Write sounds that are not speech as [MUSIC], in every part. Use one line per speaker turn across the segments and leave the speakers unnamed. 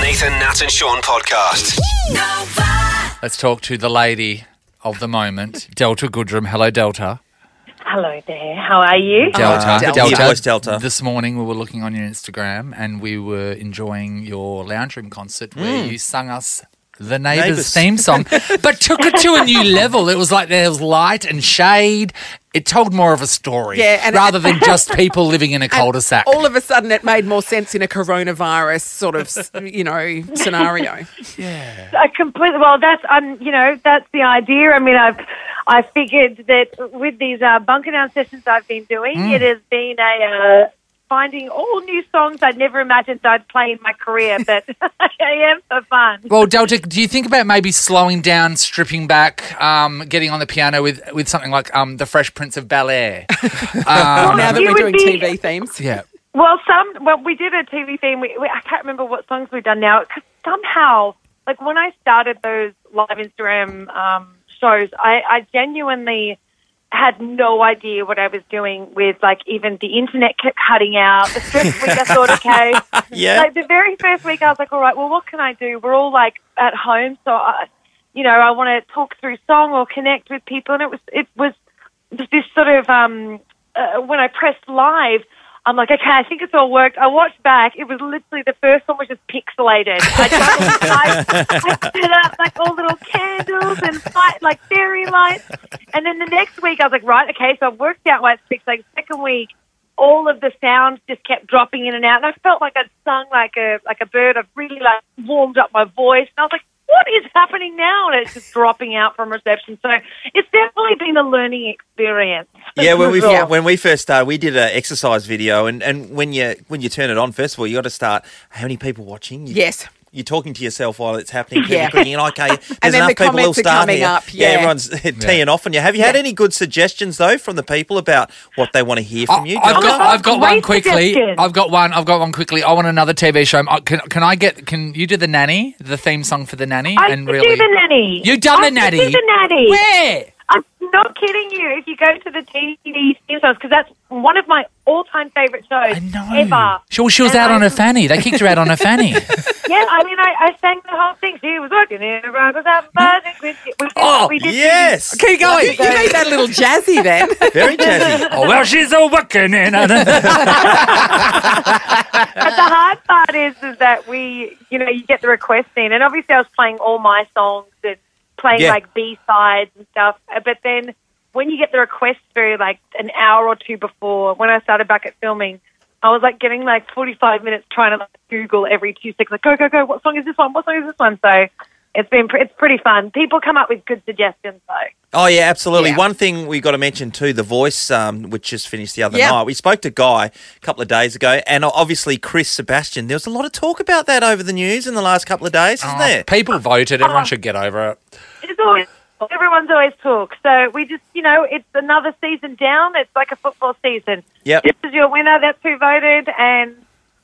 Nathan, Nat, and Sean podcast.
Let's talk to the lady of the moment, Delta Goodrum. Hello, Delta.
Hello there. How are you?
Delta.
Delta. Yeah, voice Delta.
This morning we were looking on your Instagram and we were enjoying your lounge room concert where you sung us the neighbors,
Neighbours.
theme song, but took it to a new level. It was like there was light and shade. It told more of a story
Yeah, and-
rather than just people living in a cul-de-sac.
All of a sudden, it made more sense in a coronavirus sort of, s- you know, scenario.
[LAUGHS] I completely. Well, that's um, you know, that's the idea. I mean, I've I figured that with these uh, bunker down sessions I've been doing, it has been a uh, finding all new songs I'd never imagined I'd play in my career, but [LAUGHS] I am for fun.
Well, Delta, do you think about maybe slowing down, stripping back, um, getting on the piano with, with something like um, the Fresh Prince of Bel Air? um,
now that
you
we're
would be-
doing TV themes.
yeah.
Well, some well, we did a TV theme. We, we, I can't remember what songs we've done now because somehow, like when I started those live Instagram um, shows, I, I genuinely had no idea what I was doing with like even the internet kept cutting out. The first week I thought, okay,
Yeah.
like the very first week I was like, all right, well, what can I do? We're all like at home, so I, you know, I want to talk through song or connect with people, and it was it was just this sort of um, uh, when I pressed live. I'm like, okay, I think it's all worked. I watched back. It was literally the first one was just pixelated. I, just, I, I set up like all little candles and light, like fairy lights. And then the next week, I was like, right, okay, so I've worked out why it's pixelated. Second week, all of the sounds just kept dropping in and out, and I felt like I'd sung like a like a bird. I'd really like warmed up my voice, and I was like, "What is happening now?" And it's just dropping out from reception. So it's definitely been a learning experience.
Yeah,
[LAUGHS]
when we
Yeah.
when we first started, we did an exercise video, and, and when you when you turn it on, first of all, you got to start. How many people watching? You,
Yes.
you're talking to yourself while it's happening.
Yeah.
Yeah, and
[LAUGHS]
okay, there's
then the
enough people. will
comments are
start
coming
here.
up, yeah.
everyone's [LAUGHS] teeing off on you. Have you had any good suggestions though from the people about what they want to hear from you?
I've
John?
got,
that's
I've got
a
one
great
quickly.
suggestion.
I've got one. I've got one quickly. I want another TV show. Uh, Can, can I get? Can you do the nanny? The theme song for the nanny?
I did do the nanny.
You done the
I
nanny?
Did do the nanny.
Where?
I'm not kidding you. If you go to the TV theme songs, because that's one of my all-time favorite shows
I know.
ever.
She, well, she was
And
out on
I-
her fanny. They kicked her out on her fanny.
Yeah, I mean, I, I sang the whole thing. She was working in a round without We did,
Oh,
we did
yes,
Keep going. You made that a
[LAUGHS]
little jazzy then. [LAUGHS]
very jazzy.
[LAUGHS] oh well, she's a working in. [LAUGHS] Oh,
But the hard part is, is that we, you know, you get the request in, and obviously I was playing all my songs and playing
Yeah.
like B sides and stuff. Uh, But then when you get the request through, like an hour or two before, when I started back at filming, I was like getting like forty-five minutes trying to like, Google every two seconds, like go go go, what song is this one? What song is this one? So it's been pre- it's pretty fun. People come up with good suggestions though.
Oh yeah, absolutely.
Yeah.
One thing we got to mention too, the voice, um, which just finished the other
Yeah.
night. We spoke to Guy a couple of days ago, and obviously Chris Sebastian. There was a lot of talk about that over the news in the last couple of days,
Oh,
isn't there?
people voted.
Ah.
Everyone should get over it.
It's always everyone's always talk. So we just, you know, it's another season down. It's like a football season.
Yep.
This is your winner. That's who voted. And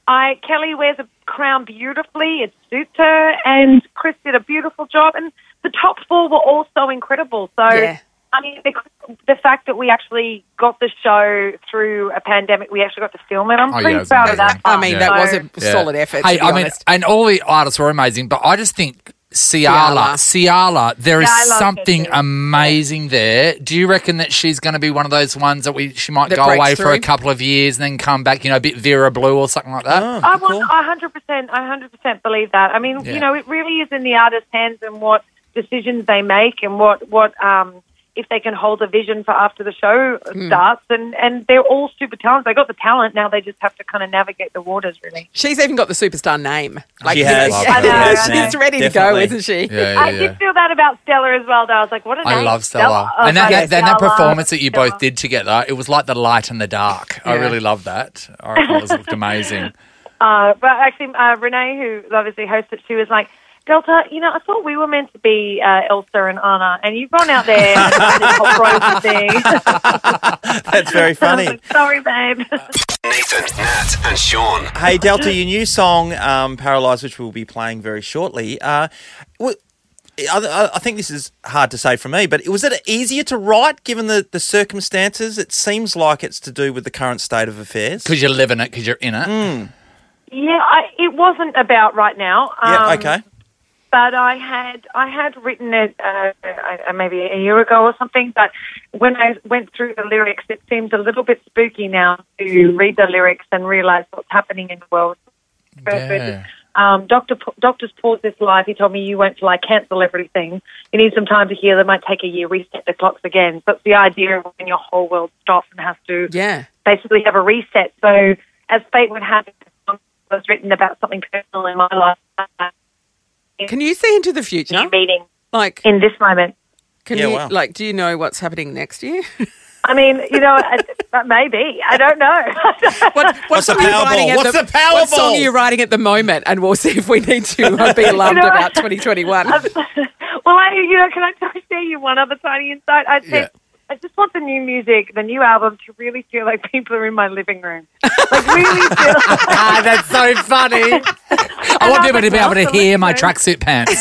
I, Kelly wears a crown beautifully. It suits her. And Chris did a beautiful job. And the top four were all so incredible. So.
Yeah.
I mean, the, the fact that we actually got the show through a pandemic, we actually got to film it. I'm
Oh, yeah,
pretty
it's
proud of that.
amazing.
I mean,
Yeah.
that was
So-
a solid effort.
Hey,
to be
I mean,
honest.
and all the artists were amazing, but I just think Ciala, Ciala, there is
Yeah, I love her
something
too.
amazing there. Do you reckon that she's going to be one of those ones that we she might
That
go
breaks
away for a
through?
couple of years and then come back? You know, a bit Vera Blue or something like that.
Oh,
I
cool.
want. I hundred percent. I hundred percent believe that. I mean,
Yeah.
you know, it really is in the artist's hands and what decisions they make and what what um, if they can hold a vision for after the show
Hmm.
starts. And and they're all super talented. They got the talent. Now they just have to kind of navigate the waters. Really.
She's even got the superstar name. Like,
She
you
has.
know,
I know, I
know.
she's ready
Definitely.
to go, isn't she?
Yeah,
I did feel that about Stella as well. Though I was like, what a
I
name,
love Stella.
Oh,
and that,
my
that, that, that
Stella,
performance that you both
Stella.
did together, it was like the light and the dark. I
Yeah.
really love that. I reckon it was- looked
[LAUGHS]
amazing.
Uh, but actually, uh, Renee, who obviously hosted, she was like. Delta, you know, I thought we were meant to be uh, Elsa and Anna, and you've gone out there and done this whole
[LAUGHS]
Rosa thing.
That's
[LAUGHS]
very funny.
[LAUGHS] Sorry, babe.
Nathan, Nat, and Sean.
hey, Delta, your new song, um, Paralyzed, which we'll be playing very shortly. Uh, w- I, I- I think this is hard to say for me, but was it easier to write given the, the circumstances? It seems like it's to do with the current state of affairs.
Mm.
Because you're living it, because you're in it.
Yeah, I, it wasn't about right now.
Yeah,
um,
okay.
But I had I had written it uh, uh, maybe a year ago or something. But when I went through the lyrics, it seemed a little bit spooky now to read the lyrics and realize what's happening in the world.
Yeah.
Um, doctor, doctors pause this life. He told me you won't till I cancel everything. You need some time to heal. It might take a year. Reset the clocks again. That's the idea of when your whole world stops and has to
Yeah.
basically have a reset. So, as fate would have it, the song was written about something personal in my life. uh,
Can you see into the future?
Meeting
Like,
in this moment.
can
Yeah,
you
wow.
like? Do you know what's happening next year? [LAUGHS]
I mean, you know, I- [LAUGHS] that may be. I don't know. [LAUGHS]
What,
What's
song
the
are you
Powerball?
writing at
What's the
What song are
Powerball?
you writing at the moment? And we'll see if we need to uh,
[LAUGHS]
be alarmed
You know,
about 2021.
well, I, you know, can I just share you one other tiny insight? I think
Yeah.
I just want the new music, the new album, to really feel like people are in my living room. Like really feel.
[LAUGHS]
[LAUGHS]
ah, that's so funny. [LAUGHS] I want people to be able to hear my tracksuit pants.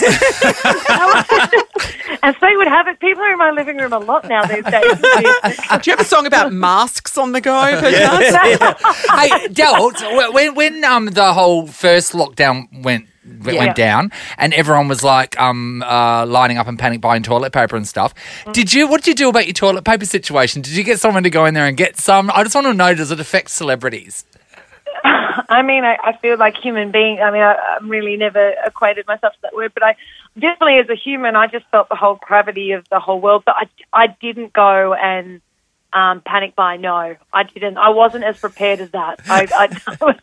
and so you would have it. People are in my living room a lot now these days.
Do you have a song about masks on the go? Per chance?
hey, Del, so when when um the whole first lockdown went went
Yeah.
down and everyone was like um uh, lining up and panic buying toilet paper and stuff. Did you what did you do about your toilet paper situation? Did you get someone to go in there and get some? I just want to know does it affect celebrities?
I mean, I, I feel like human being. I mean, I, I'm really never equated myself to that word, but I definitely, as a human, I just felt the whole gravity of the whole world. But I, I didn't go and um, panic buy. No, I didn't. I wasn't as prepared as that. I, [LAUGHS] I, I was, I
was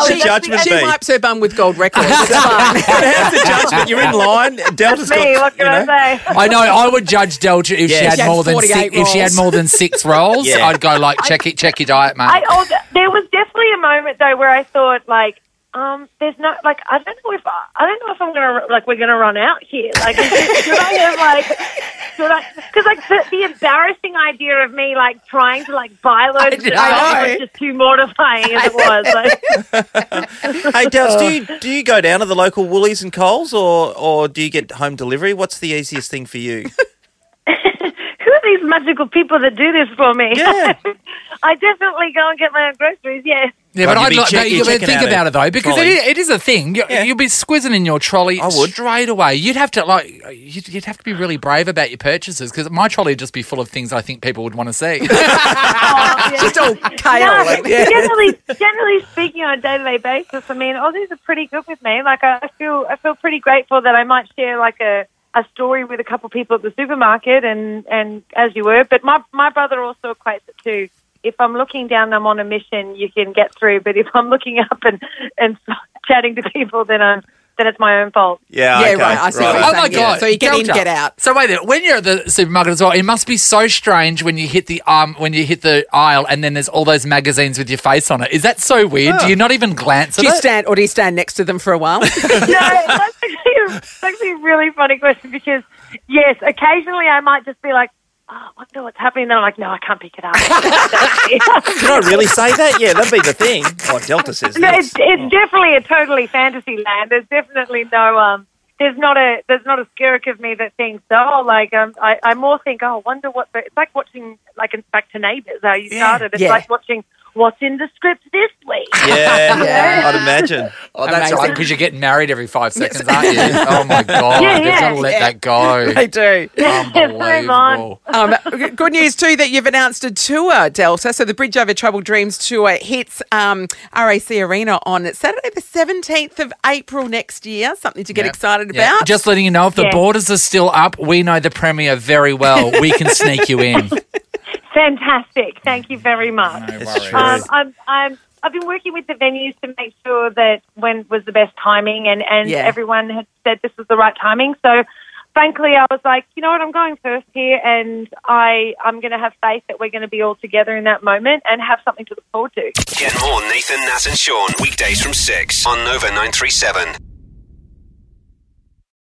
actually-
your judgment
she
be?
wipes her bum with gold records. It's fine.
How's the judgment? You're in line. Delta's got,
Me, what can
you know,
I say?
I know I would judge Del if she
Yeah.
had
She
had
more than six,
48
if she had
rolls.
more than six rolls.
Yeah.
I'd go like check it, check your diet, mate.
I, oh, th- there was definitely a moment though where I thought like. Um, there's no like I don't know if I, I don't know if I'm gonna like we're gonna run out here. Like is it- should I have like should I because like the, the embarrassing idea of me like trying to like buy loads of
know.
stuff was just too mortifying as it was. Like,
Hey, Dels, do
Oh.
you, do you go down to the local Woolies and Coles or, or do you get home delivery? What's the easiest thing
[LAUGHS]
for you?
who are these magical people that do this for me?
Yeah.
[LAUGHS] I definitely go and get my own groceries. Yeah.
Yeah,
God,
but
you'd
I'd
be
like,
check-
but
you're
you- but
checking
think
out
about
a
it though, because it
trolley.
is, it is a thing. You,
Yeah.
You'd be squizzing in your trolley
I would.
straight away. You'd have to like, you'd, you'd have to be really brave about your purchases because my trolley would just be full of things I think people would want to see.
Oh, yeah.
It's all kale.
No,
and- yeah.
generally, generally speaking, on a day-to-day basis, I mean, Aussies are pretty good with me. Like, I I feel, I feel pretty grateful that I might share like a, a story with a couple people at the supermarket, and and as you were. But my my brother also equates it to if I'm looking down, I'm on a mission. You can get through, but if I'm looking up and and [LAUGHS] chatting to people, then I'm then it's my own fault.
Yeah,
Yeah,
okay,
right. I see what
[LAUGHS] oh
you're saying.
right.
my
yeah.
god!
So you get in,
Delta.
get out.
So wait, a minute, when you're at the supermarket as well, it must be so strange when you hit the um when you hit the aisle and then there's all those magazines with your face on it. Is that so weird? Do you not even glance at
Do you
it?
stand or do you stand next to them for a while?
no, that's actually, a, that's actually a really funny question because, yes, occasionally I might just be like, oh, I wonder what's happening. Then I'm like, no, I can't pick it up. [LAUGHS]
Can I really say that? Yeah, that'd be the thing. Oh, Delta says
[LAUGHS] no,
this.
it's, it's definitely a totally fantasy land. There's definitely no, um, there's not a, there's not a skirrick of me that thinks, oh, like, um, I, I more think, oh, I wonder what the, it's like watching, like, in Back to Neighbours, how you started. It's
Yeah.
like watching what's in the script this week.
Yeah,
Yeah.
I'd imagine.
Oh, that's
Amazing.
right, because you're getting married every five seconds, aren't you?
[LAUGHS]
Oh my god!
Yeah,
They've got to
yeah.
let that go.
they do.
Move on.
Unbelievable.
Um, good news too that you've announced a tour, Delta. So the Bridge Over Troubled Dreams tour hits um, RAC Arena on Saturday, the seventeenth of April next year. Something to get
Yep.
excited
Yeah.
about.
Just letting you know, if the
Yeah.
borders are still up, we know the Premier very well. We can sneak you
[LAUGHS]
in.
Fantastic. Thank you very much.
It's true.
Um, I'm, I'm, I've been working with the venues to make sure that when was the best timing, and, and
Yeah.
everyone had said this was the right timing. So, frankly, I was like, you know what, I'm going first here, and I, I'm going to have faith that we're going to be all together in that moment and have something to look forward to.
Get more Nathan, Nat, and Sean weekdays from 6 on Nova 937.